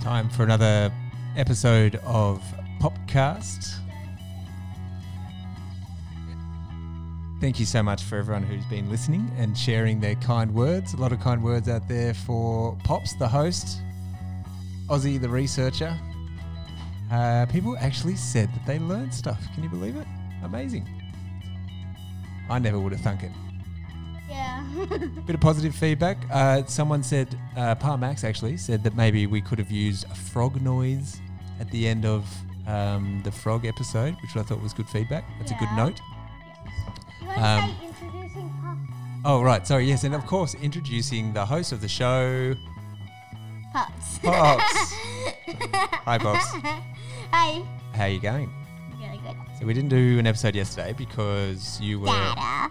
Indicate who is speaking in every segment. Speaker 1: time for another episode of Popcast. Thank you so much for everyone who's been listening and sharing their kind words. A lot of kind words out there for Pops, the host, Aussie, the researcher. Uh, people actually said that they learned stuff. Can you believe it? Amazing. I never would have thunk it.
Speaker 2: Yeah.
Speaker 1: Bit of positive feedback. Uh, someone said, uh, Pa Max actually said that maybe we could have used a frog noise at the end of um, the frog episode, which I thought was good feedback. That's a good
Speaker 2: Yeah.
Speaker 1: note.
Speaker 2: You want to
Speaker 1: Um,
Speaker 2: say introducing Pop?
Speaker 1: Oh, right. Sorry. Yes. And of course, introducing the host of the show,
Speaker 2: Pops.
Speaker 1: Pops. Hi, Pops.
Speaker 2: Hi.
Speaker 1: How you going?
Speaker 2: Really good.
Speaker 1: So we didn't do an episode yesterday because you were
Speaker 2: Dada.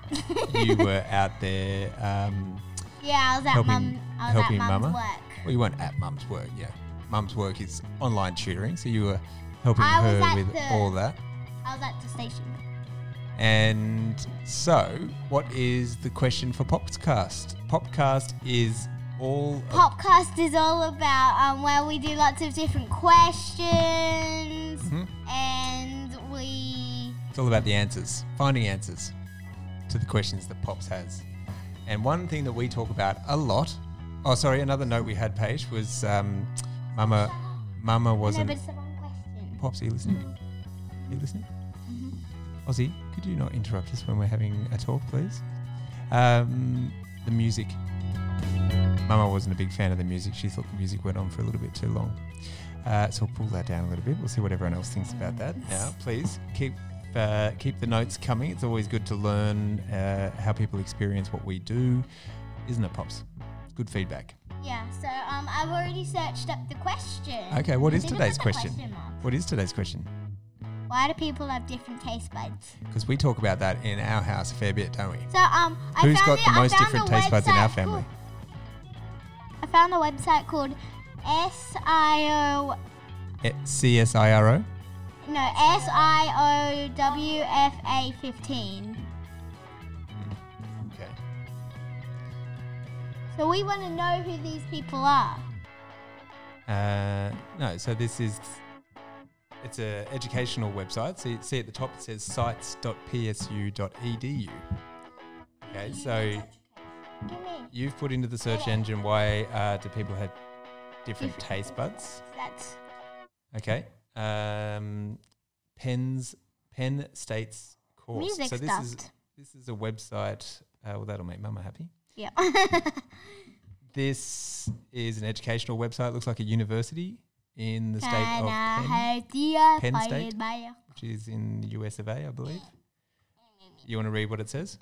Speaker 1: you were out there. Um,
Speaker 2: yeah, I was at
Speaker 1: Helping-
Speaker 2: mum. I was at
Speaker 1: helping
Speaker 2: mum's
Speaker 1: Mama?
Speaker 2: work.
Speaker 1: well, you weren't at Mum's work. Yeah, Mum's work is online tutoring, so you were helping
Speaker 2: I was
Speaker 1: her
Speaker 2: at
Speaker 1: with
Speaker 2: the-
Speaker 1: all that.
Speaker 2: I was at the station.
Speaker 1: And so, what is the question for Popcast? Popcast is all. ab-
Speaker 2: Popcast is all about um, where we do lots of different questions
Speaker 1: Mhm.
Speaker 2: and we.
Speaker 1: It's all about the answers, finding answers to the questions that Pops has. And one thing that we talk about a lot. Oh, sorry. Another note we had, Paige, was um, Mama. Mama
Speaker 2: No,
Speaker 1: wasn't.
Speaker 2: but it's the wrong question.
Speaker 1: Pops, are you listening? Are you listening? Ozzy, could you not interrupt us when we're having a talk, please? Um, the music. Mama wasn't a big fan of the music. She thought the music went on for a little bit too long. Uh, so we'll pull that down a little bit. We'll see what everyone else thinks about that. Now, please keep uh, keep the notes coming. It's always good to learn uh, how people experience what we do, isn't it, Pops? Good feedback.
Speaker 2: Yeah, so um, I've already searched up the question.
Speaker 1: Okay, what is
Speaker 2: Think about
Speaker 1: today's
Speaker 2: the
Speaker 1: question?
Speaker 2: question mark.
Speaker 1: What is today's question?
Speaker 2: Why do people have different taste buds?
Speaker 1: Because we talk about that in our house a fair bit, don't we?
Speaker 2: So um, I
Speaker 1: Who's
Speaker 2: found
Speaker 1: got
Speaker 2: it-
Speaker 1: the
Speaker 2: I
Speaker 1: most
Speaker 2: found
Speaker 1: different
Speaker 2: a
Speaker 1: taste buds in our
Speaker 2: website
Speaker 1: family?
Speaker 2: called- I found a website called SIO
Speaker 1: Eh, CSIRO.
Speaker 2: no SIOWFA 15.
Speaker 1: Okay.
Speaker 2: So we want to know who these people are.
Speaker 1: Uh, no, so this is it's a educational website. So you see at the top it says sites.psu.edu. E Okay, so
Speaker 2: Give me.
Speaker 1: you've put into the search engine why uh, do people have different
Speaker 2: Different
Speaker 1: taste buds?
Speaker 2: That's
Speaker 1: Okay. Um, Penn's Penn State's course.
Speaker 2: music
Speaker 1: so this
Speaker 2: stuff.
Speaker 1: is this is a website. Uh, well, that'll make Mama happy.
Speaker 2: Yeah.
Speaker 1: This is an educational website. Looks like a university in the state
Speaker 2: Can
Speaker 1: of
Speaker 2: I
Speaker 1: Penn,
Speaker 2: have dear
Speaker 1: Penn State?
Speaker 2: Feuerwehr?
Speaker 1: which is in the US of A, I believe. You want to read what it says?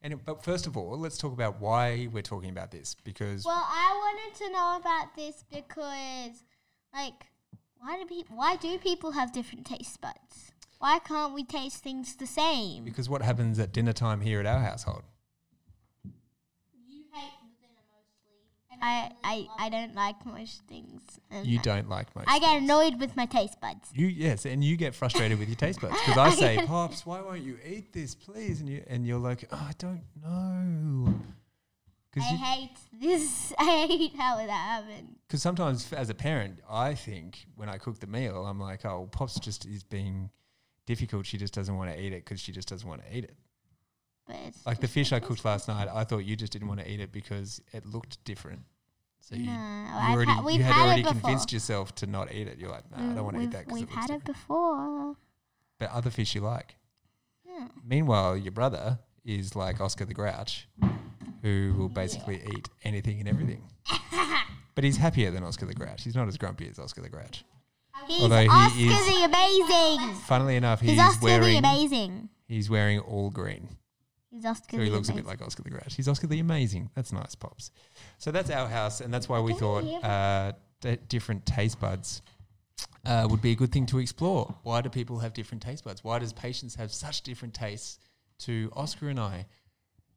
Speaker 1: And but first of all, let's talk about why we're talking about this because
Speaker 2: Well, I wanted to know about this because, like, why do people? Why do people have different taste buds? Why can't we taste things the same?
Speaker 1: because what happens at dinner time here at our household?
Speaker 2: You hate dinner mostly. I I, I don't like most things. And
Speaker 1: You
Speaker 2: I-
Speaker 1: don't like most.
Speaker 2: I get
Speaker 1: things.
Speaker 2: annoyed with my taste buds.
Speaker 1: You yes, and you get frustrated with your taste buds because I say, "Pops, why won't you eat this, please?" And you and you're like, oh, "I don't know,"
Speaker 2: I
Speaker 1: because
Speaker 2: hate this. I hate how that happened.
Speaker 1: because sometimes f- as a parent, I think when I cook the meal, I'm like, "Oh, Pops just is being difficult. She just doesn't want to eat it because she just doesn't want to eat it."
Speaker 2: But it's
Speaker 1: Like the fish I cooked last night, I thought you just didn't want to eat it because it looked different. So you,
Speaker 2: No,
Speaker 1: you
Speaker 2: I've
Speaker 1: already
Speaker 2: had- we've
Speaker 1: you had,
Speaker 2: had it
Speaker 1: already
Speaker 2: before. Mm,
Speaker 1: convinced yourself to not eat it. You're like, no, I don't want to eat
Speaker 2: we've,
Speaker 1: that because
Speaker 2: We've
Speaker 1: it looks
Speaker 2: had it
Speaker 1: different.
Speaker 2: before.
Speaker 1: But other fish you like.
Speaker 2: Yeah.
Speaker 1: Meanwhile, your brother is like Oscar the Grouch, who will basically eat anything and everything. but he's happier than Oscar the Grouch. He's not as grumpy as Oscar the Grouch.
Speaker 2: He's
Speaker 1: Although he
Speaker 2: Oscar
Speaker 1: is-
Speaker 2: the Amazing.
Speaker 1: Funnily enough,
Speaker 2: He's
Speaker 1: he's
Speaker 2: Oscar the
Speaker 1: wearing
Speaker 2: Amazing.
Speaker 1: he's wearing all green.
Speaker 2: He's Oscar
Speaker 1: So
Speaker 2: the
Speaker 1: he looks a
Speaker 2: Amazing.
Speaker 1: bit like Oscar the Grouch. He's Oscar the Amazing. That's nice, Pops. So that's our house, and that's why we
Speaker 2: Can I
Speaker 1: thought
Speaker 2: hear
Speaker 1: uh, d- different taste buds uh, would be a good thing to explore. Why do people have different taste buds? Why does patients have such different tastes to Oscar and I?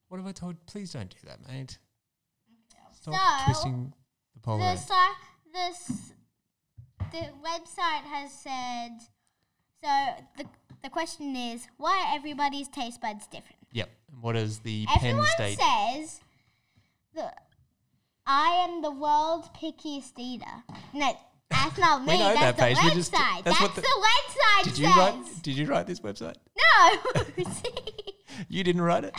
Speaker 1: What have I told? Please don't do that, mate. Stop
Speaker 2: So,
Speaker 1: twisting the pole.
Speaker 2: The site, this, the website has said. So the the question is, why are everybody's taste buds different?
Speaker 1: Yep. And what is the Penn
Speaker 2: Everyone
Speaker 1: State?
Speaker 2: says the I am the world's pickiest eater. No, that's not
Speaker 1: We
Speaker 2: me.
Speaker 1: know that
Speaker 2: that's
Speaker 1: page.
Speaker 2: the
Speaker 1: We
Speaker 2: website.
Speaker 1: just- that's
Speaker 2: that's
Speaker 1: what
Speaker 2: the,
Speaker 1: the-
Speaker 2: website
Speaker 1: Did
Speaker 2: says.
Speaker 1: you write? Did you write this website?
Speaker 2: No. See?
Speaker 1: You didn't write it.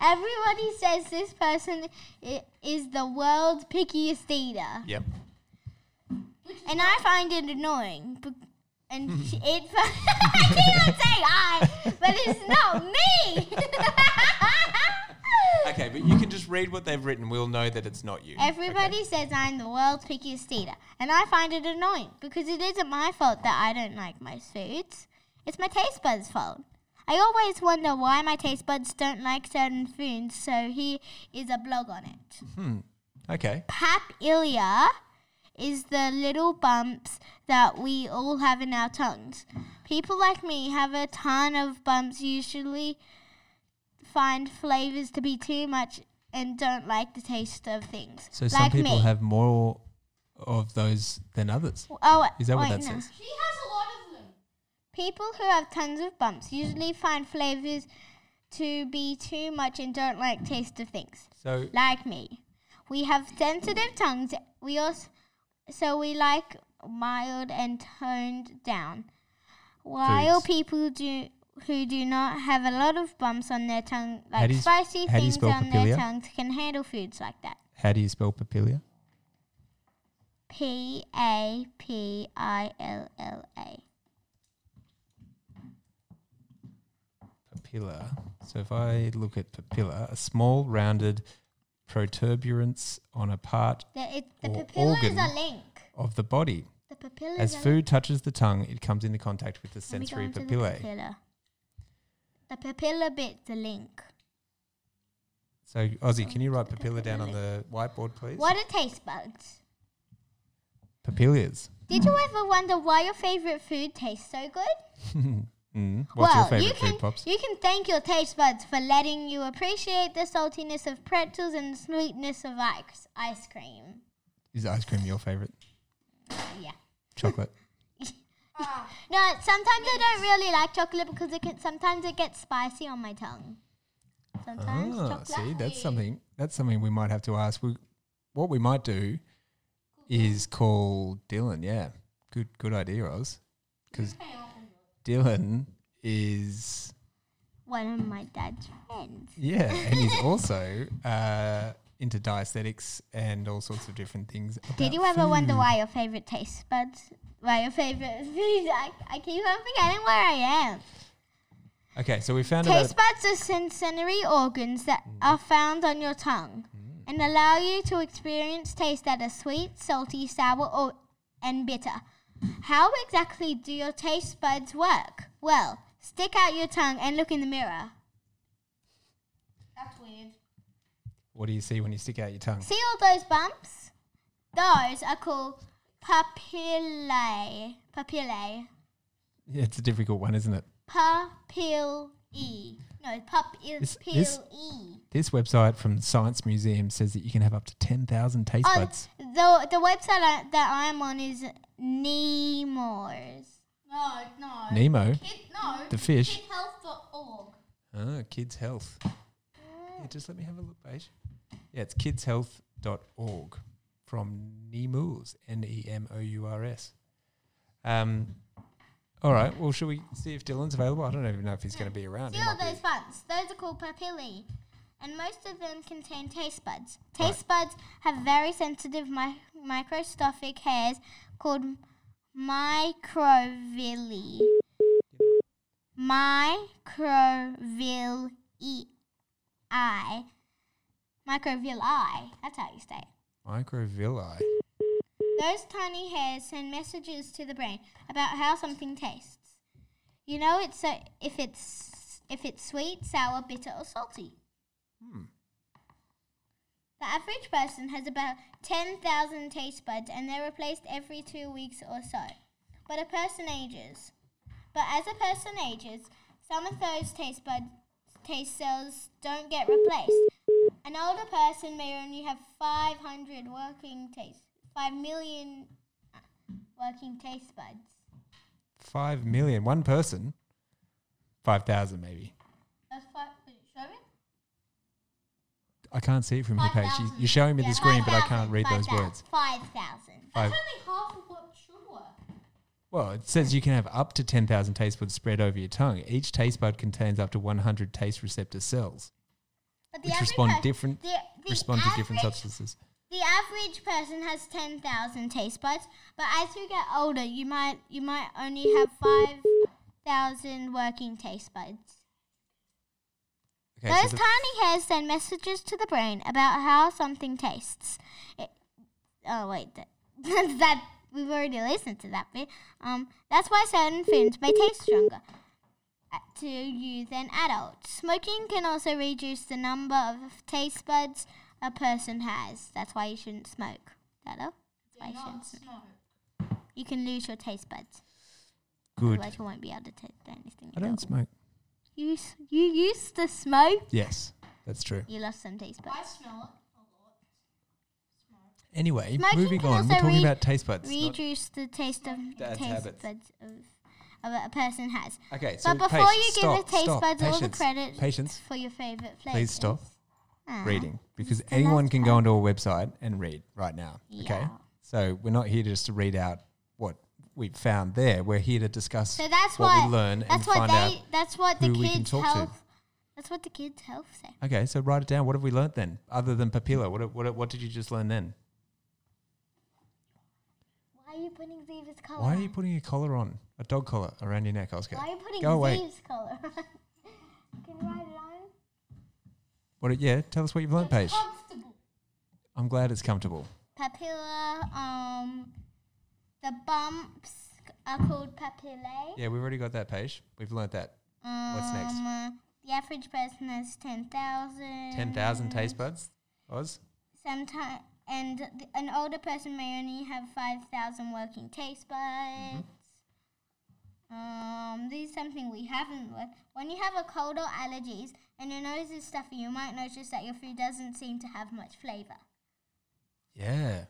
Speaker 2: Everybody says this person i- is the world's pickiest eater.
Speaker 1: Yep.
Speaker 2: And I find it annoying. bec- And she- it. I keep on saying I, but it's not me.
Speaker 1: Okay, but you can just read what they've written. We'll know that it's not you. Okay.
Speaker 2: Everybody says I'm the world's pickiest eater, and I find it annoying because it isn't my fault that I don't like most foods. It's my taste buds' fault. I always wonder why my taste buds don't like certain foods, so here is a blog on it.
Speaker 1: Okay.
Speaker 2: papillae is the little bumps that we all have in our tongues. People like me have a ton of bumps, usually find flavors to be too much and don't like the taste of things.
Speaker 1: So
Speaker 2: like
Speaker 1: some people
Speaker 2: me.
Speaker 1: have more of those than others.
Speaker 2: Oh,
Speaker 1: Is that what
Speaker 2: wait,
Speaker 1: that
Speaker 2: no.
Speaker 1: says?
Speaker 3: She has a lot of them.
Speaker 2: People who have tons of bumps usually find flavors to be too much and don't like taste of things.
Speaker 1: So
Speaker 2: like me. We have sensitive tongues. We also so we like mild and toned down. While
Speaker 1: Foods.
Speaker 2: people do who do not have a lot of bumps on their tongue, like
Speaker 1: do you s-
Speaker 2: spicy
Speaker 1: how do you
Speaker 2: things
Speaker 1: spell
Speaker 2: on
Speaker 1: papilla?
Speaker 2: their tongues, can handle foods like that.
Speaker 1: how do you spell papilia?
Speaker 2: P A P I L L A.
Speaker 1: Papilla. So if I look at papilla, a small rounded protuberance on a part
Speaker 2: The, it, the
Speaker 1: Or
Speaker 2: papilla
Speaker 1: organ.
Speaker 2: is a link.
Speaker 1: of the body.
Speaker 2: The papilla
Speaker 1: As
Speaker 2: is a
Speaker 1: food touches the tongue, it comes into contact with the
Speaker 2: Let me go
Speaker 1: sensory
Speaker 2: into The
Speaker 1: papillae.
Speaker 2: papilla. the papilla bit's a link.
Speaker 1: So Ozzy, can you write papilla down on the whiteboard, please?
Speaker 2: What are taste buds?
Speaker 1: Papillas.
Speaker 2: Did you ever wonder why your favorite food tastes so good?
Speaker 1: Mm. What's your
Speaker 2: well, you
Speaker 1: favorite
Speaker 2: can
Speaker 1: food, Pops?
Speaker 2: you can thank your taste buds for letting you appreciate the saltiness of pretzels and the sweetness of ice ice cream.
Speaker 1: Is ice cream your favorite?
Speaker 2: Yeah.
Speaker 1: Chocolate.
Speaker 3: Ah,
Speaker 2: No, sometimes I don't really like chocolate because it can, sometimes it gets spicy on my tongue. Sometimes
Speaker 1: Ah,
Speaker 2: chocolate.
Speaker 1: see, that's something. That's something we might have to ask. We, what we might do is call Dylan. Yeah, good, good idea, Oz. Because
Speaker 3: hang on.
Speaker 1: Dylan is
Speaker 2: One of my dad's friends.
Speaker 1: yeah, and he's also uh, into diaesthetics and all sorts of different things.
Speaker 2: Did
Speaker 1: about
Speaker 2: you ever wonder
Speaker 1: food.
Speaker 2: why your favorite taste buds, why your favorite food? I, I keep on forgetting where I am.
Speaker 1: Okay, so we found out.
Speaker 2: Taste buds are sensory organs that are found on your tongue and allow you to experience taste that are sweet, salty, sour, or and bitter. How exactly do your taste buds work? Well, stick out your tongue and look in the mirror.
Speaker 3: That's weird.
Speaker 1: What do you see when you stick out your tongue?
Speaker 2: See all those bumps? Those are called papillae. Papillae.
Speaker 1: Yeah, it's a difficult one, isn't it?
Speaker 2: Papillae. No,
Speaker 1: This- this-
Speaker 2: papillae.
Speaker 1: This website from the Science Museum says that you can have up to ten thousand taste
Speaker 2: Oh,
Speaker 1: buds.
Speaker 2: the the website I, that I'm on is Nemours.
Speaker 3: No, no.
Speaker 1: Nemo,
Speaker 3: Kid, no.
Speaker 1: the fish.
Speaker 3: Kidhealth.org.
Speaker 1: Ah, kids health. Yeah, just let me have a look, Paige. Yeah, it's kidshealth.org from Nemours, N E M O U R S. Um, all right, well, should we see if Dylan's available? I don't even know if he's going to be around.
Speaker 2: See
Speaker 1: He
Speaker 2: all
Speaker 1: might
Speaker 2: those
Speaker 1: be-
Speaker 2: buds. Those are called papillae, and most of them contain taste buds. Taste buds have very sensitive mi- microscopic hairs called microvilli. Microvilli. Microvilli. That's how you say it.
Speaker 1: Microvilli.
Speaker 2: Those tiny hairs send messages to the brain about how something tastes. You know it's so if it's if it's sweet, sour, bitter, or salty.
Speaker 1: Hmm.
Speaker 2: The average person has about 10,000 taste buds and they're replaced every 2 weeks or so. But a person ages. But as a person ages, some of those taste bud taste cells don't get replaced. An older person may only have 500 working taste 5 million uh, working taste buds.
Speaker 1: Five million. One person. 5,000 maybe.
Speaker 2: That's five, show me.
Speaker 1: I can't see it from your page. You-
Speaker 3: 5,000.
Speaker 1: You're showing me the
Speaker 3: Yeah,
Speaker 1: screen, but I
Speaker 2: 5,000,
Speaker 1: can't read those
Speaker 2: 5,000,
Speaker 1: words.
Speaker 2: 5,000.
Speaker 3: That's
Speaker 1: Five.
Speaker 3: only half of what should work.
Speaker 1: Well, it says you can have up to 10,000 taste buds spread over your tongue. Each taste bud contains up to 100 taste receptor cells,
Speaker 2: But the
Speaker 1: which
Speaker 2: average
Speaker 1: respond
Speaker 2: pers-
Speaker 1: different
Speaker 2: the- the
Speaker 1: respond to different
Speaker 2: average-
Speaker 1: substances.
Speaker 2: The average person has ten thousand taste buds, but as you get older, you might you might only have five thousand working taste buds.
Speaker 1: Okay, so
Speaker 2: Those
Speaker 1: the-
Speaker 2: tiny hairs send messages to the brain about how something tastes. It, oh wait, that, that we've already listened to that bit. Um, that's why certain foods may taste stronger uh, to you than adults. Smoking can also reduce the number of taste buds a person has. That's why you shouldn't smoke. Hello? That's why
Speaker 3: Do
Speaker 2: you
Speaker 3: not
Speaker 2: shouldn't smoke.
Speaker 3: smoke.
Speaker 2: You can lose your taste buds.
Speaker 1: good.
Speaker 2: Otherwise, you won't be able to taste anything.
Speaker 1: I
Speaker 2: at all.
Speaker 1: don't smoke.
Speaker 2: You s- you used to smoke.
Speaker 1: Yes, that's true.
Speaker 2: You lost some taste buds.
Speaker 3: I smell it a lot.
Speaker 1: Anyway,
Speaker 2: Smoking
Speaker 1: moving
Speaker 2: can
Speaker 1: on. We're
Speaker 2: also
Speaker 1: talking
Speaker 2: re-
Speaker 1: about taste buds. not-
Speaker 2: reduce the taste of
Speaker 1: Dad's
Speaker 2: taste
Speaker 1: habits.
Speaker 2: buds of, of a person has.
Speaker 1: okay, so
Speaker 2: But before
Speaker 1: Paige,
Speaker 2: you
Speaker 1: stop,
Speaker 2: give the taste
Speaker 1: stop.
Speaker 2: buds all the
Speaker 1: Patience,
Speaker 2: credit
Speaker 1: Patience.
Speaker 2: for your favorite flavors.
Speaker 1: Please stop
Speaker 2: Ah.
Speaker 1: reading because
Speaker 2: the
Speaker 1: anyone
Speaker 2: last
Speaker 1: can go onto our website and read right now. Okay,
Speaker 2: Yeah.
Speaker 1: so we're not here just to read out what we found there. We're here to discuss
Speaker 2: So that's
Speaker 1: what
Speaker 2: what
Speaker 1: we learn
Speaker 2: That's
Speaker 1: and
Speaker 2: what
Speaker 1: find out.
Speaker 2: they. That's what the
Speaker 1: who we can
Speaker 2: kids'
Speaker 1: talk to.
Speaker 2: health. That's what the kids' health say.
Speaker 1: Okay, so write it down. What have we learnt then, other than papilla? What what what did you just learn then?
Speaker 2: Why are you putting Zeeva's collar?
Speaker 1: Why are you
Speaker 2: on?
Speaker 1: putting a collar on, a dog collar around your neck, Oscar?
Speaker 2: Why are you putting
Speaker 1: Go away.
Speaker 2: Zeeva's collar? on? Can you write it on?
Speaker 1: What? Yeah, tell us what you've learnt, Paige.
Speaker 3: It's comfortable.
Speaker 1: I'm glad it's comfortable.
Speaker 2: Papilla. Um, the bumps are called papillae.
Speaker 1: Yeah, we've already got that, Paige. We've learnt that. What's next?
Speaker 2: Um, uh, The average person has 10,000.
Speaker 1: Ten thousand taste buds, Oz.
Speaker 2: Sometimes, and th- an older person may only have 5,000 working taste
Speaker 1: Mm-hmm.
Speaker 2: buds. Um, this is something we haven't learned. When you have a cold or allergies and your nose is stuffy, you might notice that your food doesn't seem to have much flavor.
Speaker 1: Yeah.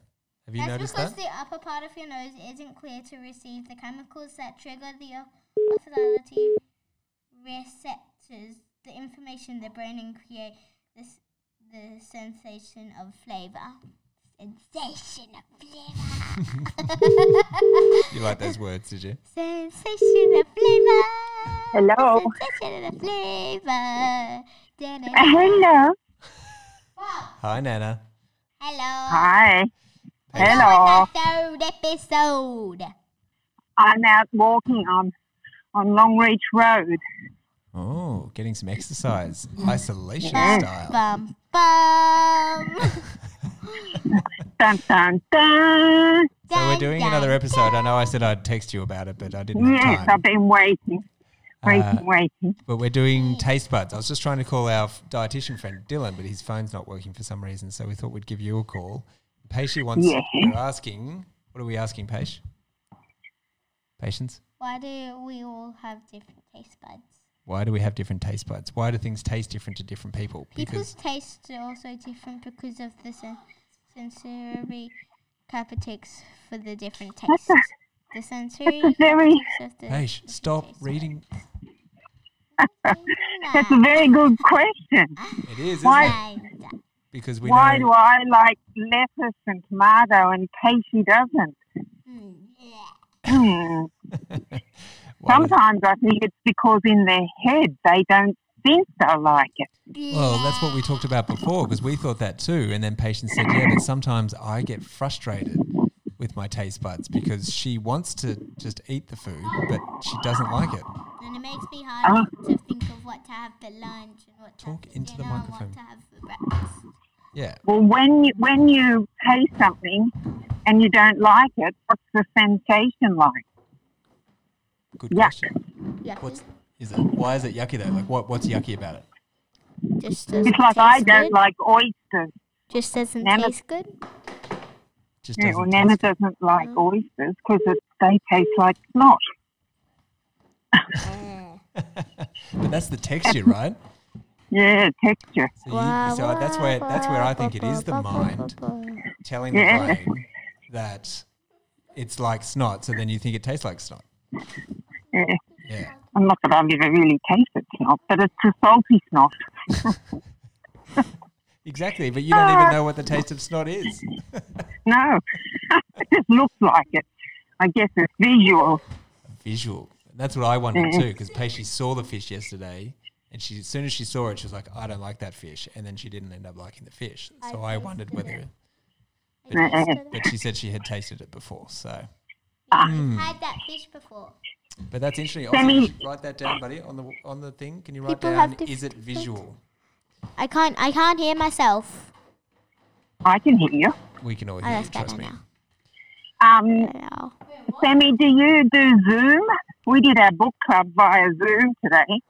Speaker 1: Have you
Speaker 2: That's
Speaker 1: noticed
Speaker 2: because
Speaker 1: that?
Speaker 2: the upper part of your nose isn't clear to receive the chemicals that trigger the o- osmolality receptors, the information the brain and create this the sensation of flavor. Sensation of flavor.
Speaker 1: You like those words, did you?
Speaker 2: sensation of flavor.
Speaker 4: Hello.
Speaker 2: Sensation of flavor. Da-da-da.
Speaker 4: Hello.
Speaker 2: Wow.
Speaker 1: Hi, Nana.
Speaker 2: Hello.
Speaker 4: Hi.
Speaker 1: Paige,
Speaker 4: Hello.
Speaker 2: Third episode.
Speaker 4: I'm out walking on on Long Reach Road.
Speaker 1: Oh, getting some exercise, isolation
Speaker 2: Bum,
Speaker 1: style.
Speaker 2: bum, bum.
Speaker 4: Dun dun dun.
Speaker 1: So we're
Speaker 2: Dun,
Speaker 1: doing
Speaker 2: dun,
Speaker 1: another episode. I
Speaker 2: dun.
Speaker 1: know I said I'd text you about it, but I didn't
Speaker 4: Yes,
Speaker 1: have
Speaker 4: I've
Speaker 1: time.
Speaker 4: been waiting, waiting,
Speaker 1: Uh,
Speaker 4: waiting.
Speaker 1: but we're doing taste buds. I was just trying to call our f- dietitian friend Dylan, but his phone's not working for some reason, so we thought we'd give you a call. Paishi wants.
Speaker 4: Yeah.
Speaker 1: We're asking. What are we asking, Paish? Patience.
Speaker 2: Why do we all have different taste buds?
Speaker 1: Why do we have different taste buds? Why do things taste different to different people?
Speaker 2: People's tastes are also different because of the sen- sensory capitics for the different tastes. The sensory
Speaker 4: That's a very-
Speaker 2: capitics of the
Speaker 1: Paish,
Speaker 2: different
Speaker 1: stop
Speaker 2: taste
Speaker 1: reading.
Speaker 4: That's a very good question.
Speaker 1: It is, isn't
Speaker 4: Why-
Speaker 1: it?
Speaker 2: buds. And
Speaker 1: Because we
Speaker 4: Why
Speaker 1: know.
Speaker 4: do I like lettuce and tomato and Casey doesn't?
Speaker 2: mm, yeah.
Speaker 4: Hmm.
Speaker 1: Why do-
Speaker 4: Sometimes I think it's because in their head they don't think they like it.
Speaker 1: Well, that's what we talked about before because we thought that too. And then patients said, yeah, but sometimes I get frustrated with my taste buds because she wants to just eat the food, but she doesn't like it.
Speaker 2: And it makes me hard
Speaker 4: Oh.
Speaker 2: to think of what to have for lunch and what to
Speaker 1: Talk
Speaker 2: have for
Speaker 1: into the
Speaker 2: dinner and
Speaker 1: microphone.
Speaker 2: what to have for breakfast.
Speaker 1: Yeah.
Speaker 4: Well, when you when you taste something and you don't like it, what's the sensation like?
Speaker 1: Good
Speaker 4: Yuck.
Speaker 1: question.
Speaker 2: Yucky.
Speaker 1: What's is it? Why is it yucky though? Like, what, what's yucky about it?
Speaker 2: Just
Speaker 4: It's
Speaker 2: doesn't
Speaker 4: like I
Speaker 2: taste
Speaker 4: don't
Speaker 2: good.
Speaker 4: like oysters.
Speaker 2: Just doesn't
Speaker 4: Nana-
Speaker 2: taste good.
Speaker 1: Just
Speaker 4: Yeah, well,
Speaker 1: doesn't
Speaker 4: Nana
Speaker 1: taste good.
Speaker 4: doesn't like
Speaker 2: Mm.
Speaker 4: oysters because they taste like snot.
Speaker 1: but that's the texture, right?
Speaker 4: Yeah, texture.
Speaker 1: So, you, so that's where that's where I think it is the mind telling the
Speaker 4: Yeah.
Speaker 1: brain that it's like snot. So then you think it tastes like snot.
Speaker 4: Yeah.
Speaker 1: Yeah.
Speaker 4: And not that I've ever really tasted snot, but it's a salty snot.
Speaker 1: Exactly, but you don't even
Speaker 4: Ah.
Speaker 1: know what the taste of snot is.
Speaker 4: No, it just looks like it. I guess it's visual.
Speaker 1: Visual. That's what I wondered too, because Pacey saw the fish yesterday, and she as soon as she saw it, she was like, "I don't like that fish," and then she didn't end up liking the fish. So I, wondered whether.
Speaker 2: I
Speaker 4: Uh-uh.
Speaker 2: tasted
Speaker 1: But she said she had tasted it before. So,
Speaker 2: that. had that fish before.
Speaker 1: but that's interesting.
Speaker 4: Sammy-
Speaker 1: Also, you should write that down, buddy, on the on the thing. Can you write
Speaker 2: People have
Speaker 1: down? Is it
Speaker 2: different-
Speaker 1: visual?
Speaker 2: I can't. I can't hear myself.
Speaker 4: I can hear you.
Speaker 1: We can all
Speaker 2: Oh,
Speaker 1: hear you.
Speaker 2: that's
Speaker 1: Trust
Speaker 2: better
Speaker 1: me.
Speaker 2: now.
Speaker 4: Um,
Speaker 2: Better now.
Speaker 4: Sammy, do you do Zoom? We did our book club via Zoom today.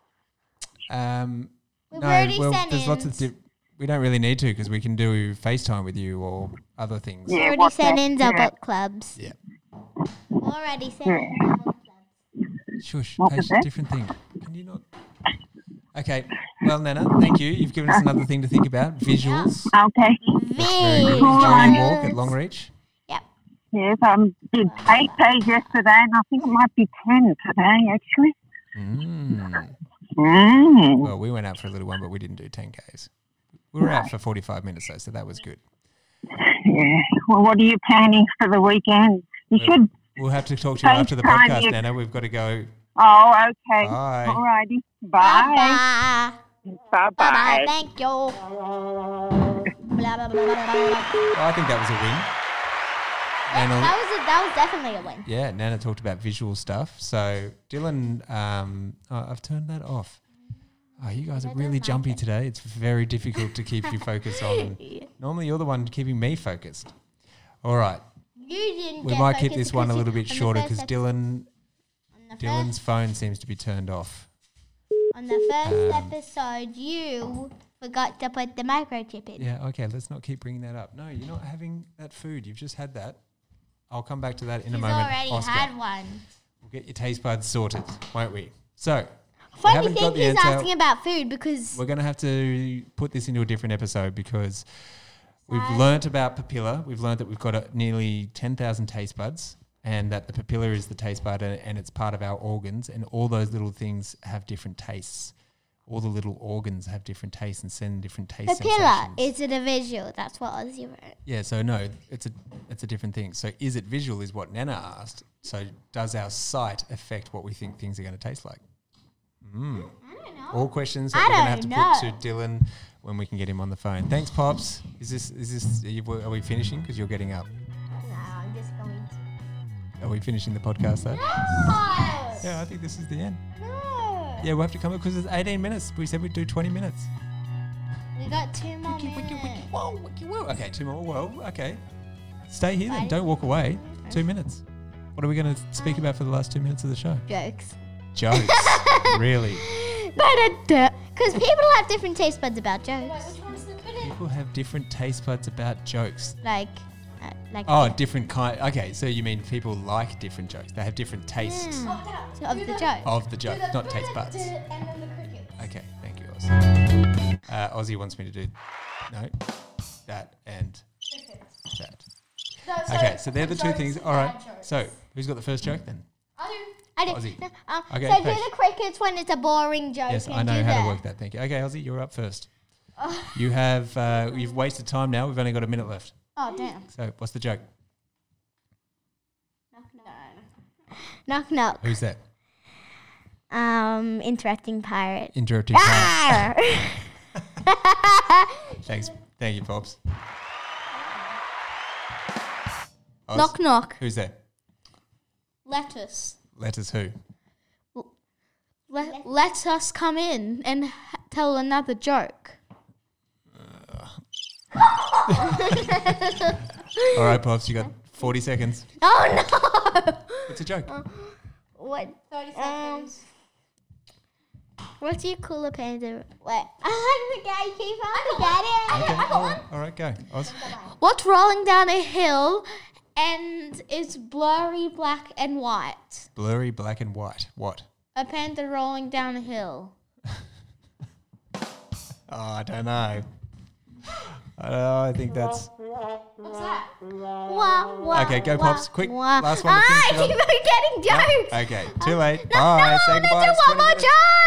Speaker 1: Um,
Speaker 2: We've
Speaker 1: no,
Speaker 2: already
Speaker 1: well,
Speaker 2: sent
Speaker 1: there's lots of.
Speaker 2: in.
Speaker 1: Di- we don't really need to because we can do FaceTime with you or other things.
Speaker 4: Yeah,
Speaker 2: already
Speaker 4: what's
Speaker 2: sent
Speaker 4: that?
Speaker 2: in our
Speaker 4: Yeah.
Speaker 2: book clubs.
Speaker 1: Yeah.
Speaker 2: Already sent in our book clubs.
Speaker 1: Shush,
Speaker 4: What was
Speaker 1: Paige,
Speaker 4: that?
Speaker 1: different thing. Can you not? Okay. Well, Nana, thank you. You've given us another thing to think about. Visuals.
Speaker 4: Okay.
Speaker 1: Very good.
Speaker 2: Vig.
Speaker 1: Enjoying your walk at Long Reach.
Speaker 2: Yep.
Speaker 4: Yes, I did eight days yesterday, and I think it might be ten today, actually.
Speaker 1: Mm.
Speaker 4: Mm.
Speaker 1: Well, we went out for a little one, but we didn't do 10Ks. We were out for 45 minutes, though, so that was good.
Speaker 4: Yeah. Well, what are you planning for the weekend? You
Speaker 1: Well-
Speaker 4: should.
Speaker 1: We'll have to talk to you after the
Speaker 4: FaceTime
Speaker 1: podcast,
Speaker 4: you.
Speaker 1: Nana. We've got to go.
Speaker 4: Oh, okay.
Speaker 1: Bye.
Speaker 4: All righty. Bye.
Speaker 2: Bye.
Speaker 4: Bye.
Speaker 2: Bye bye.
Speaker 4: Bye.
Speaker 2: Thank you. Blah, blah, blah, blah, blah, blah.
Speaker 1: Well, Oh, I think that was a win. Nana,
Speaker 2: That was a, that was definitely a win.
Speaker 1: Yeah, Nana talked about visual stuff. So Dylan, um, oh, I've turned that off. Oh, you guys are really jumpy today. It's very difficult to keep you focused on. Normally, you're the one keeping me focused. All right,
Speaker 2: You didn't.
Speaker 1: we
Speaker 2: get
Speaker 1: might keep
Speaker 2: focused
Speaker 1: this one a
Speaker 2: because
Speaker 1: little
Speaker 2: you-
Speaker 1: bit
Speaker 2: on the
Speaker 1: shorter
Speaker 2: first
Speaker 1: because
Speaker 2: ep-
Speaker 1: Dylan,
Speaker 2: on the
Speaker 1: Dylan's
Speaker 2: first-
Speaker 1: phone seems to be turned off.
Speaker 2: On the first
Speaker 1: um,
Speaker 2: episode, you forgot to put the microchip in.
Speaker 1: Yeah, okay. Let's not keep bringing that up. No, you're not having that food. You've just had that. I'll come back to that in a
Speaker 2: He's
Speaker 1: moment.
Speaker 2: already
Speaker 1: Oscar.
Speaker 2: had one.
Speaker 1: We'll get your taste buds sorted, won't we? So, we
Speaker 2: Funny
Speaker 1: haven't got
Speaker 2: thing,
Speaker 1: the
Speaker 2: he's
Speaker 1: answer.
Speaker 2: asking about food because
Speaker 1: We're going to have to put this into a different episode because we've learnt about papilla. We've learnt that we've got uh nearly 10,000 taste buds and that the papilla is the taste bud and, and it's part of our organs. And all those little things have different tastes. All the little organs have different tastes and send different taste
Speaker 2: papilla
Speaker 1: sensations.
Speaker 2: is it a visual? That's what Ozzy wrote.
Speaker 1: yeah, so no, it's a, it's a different thing. So is it visual is what Nana asked. So does our sight affect what we think things are going to taste like? All questions that
Speaker 2: I
Speaker 1: we're going to have to
Speaker 2: don't
Speaker 1: put to Dylan when we can get him on the phone. Thanks, pops. Is this is this are, you, are we finishing? Because you're getting up.
Speaker 2: No, I'm just going to.
Speaker 1: Are we finishing the podcast though?
Speaker 2: No.
Speaker 1: Yeah, I think this is the end.
Speaker 2: No.
Speaker 1: Yeah, we'll have to come up because it's 18 minutes. We said we'd do 20 minutes.
Speaker 2: We got two more
Speaker 1: Wiki, wiki, wiki,
Speaker 2: minutes.
Speaker 1: whoa, wiki, whoa. Okay, two more. Well, okay. Stay here then. Don't walk away. Two minutes. What are we going to speak about for the last two minutes of the show?
Speaker 2: Jokes.
Speaker 1: Jokes. really.
Speaker 2: Because people have different taste buds about jokes.
Speaker 3: Which one's the good
Speaker 1: People have different taste buds about jokes.
Speaker 2: Like, uh, like
Speaker 1: Oh, different kind. Okay, so you mean people like different jokes? They have different tastes
Speaker 2: of the joke.
Speaker 1: of the joke, not taste buds.
Speaker 3: And then the cricket.
Speaker 1: Okay, thank you, Ozzy. Uh, Ozzy wants me to do no, that and that. Okay, so they're the two things. All right. So who's got the first joke then?
Speaker 2: I do,
Speaker 1: Ozzy.
Speaker 2: no, uh,
Speaker 1: Okay,
Speaker 2: so do
Speaker 1: thanks.
Speaker 2: the crickets when it's a boring joke.
Speaker 1: Yes, I
Speaker 2: and
Speaker 1: know
Speaker 2: Oh, do
Speaker 1: how
Speaker 2: the-
Speaker 1: to work that. Thank you. Okay, Ozzy, you're up first. You have uh, you've wasted time now. We've only got a minute left.
Speaker 2: Oh damn!
Speaker 1: So what's the joke?
Speaker 2: Knock knock.
Speaker 1: Who's that?
Speaker 2: Um, interacting pirate.
Speaker 1: Interrupting. time.
Speaker 2: Arr!
Speaker 1: Thanks. Thank you, pops. Oz,
Speaker 2: knock knock.
Speaker 1: Who's that?
Speaker 5: Lettuce.
Speaker 1: Letters who?
Speaker 5: Let, let us come in and h- tell another joke.
Speaker 1: All right, pops. You got 40 seconds.
Speaker 2: Oh no!
Speaker 1: It's a joke.
Speaker 2: What?
Speaker 3: 30
Speaker 2: Um,
Speaker 3: seconds.
Speaker 2: What do you call a panda? Wait, I like the gatekeeper. I get it.
Speaker 1: Okay. All right. All right. Go. Oz.
Speaker 5: What's rolling down a hill and is blurry black and white?
Speaker 1: Blurry black and white. What?
Speaker 5: A panda rolling down a hill.
Speaker 1: Oh, I don't know. I don't know, I think that's
Speaker 3: What's that?
Speaker 2: Wah, wah,
Speaker 1: okay. Go,
Speaker 2: wah,
Speaker 1: pops. Quick.
Speaker 2: wah.
Speaker 1: Last one. To
Speaker 2: Ah, I
Speaker 1: finish
Speaker 2: keep
Speaker 1: it
Speaker 2: on getting
Speaker 1: on.
Speaker 2: jokes.
Speaker 1: Okay. Too late. Bye.
Speaker 2: No,
Speaker 1: Say
Speaker 2: let's
Speaker 1: goodbye.
Speaker 2: do
Speaker 1: It's
Speaker 2: one
Speaker 1: 20
Speaker 2: more
Speaker 1: minutes.
Speaker 2: joke.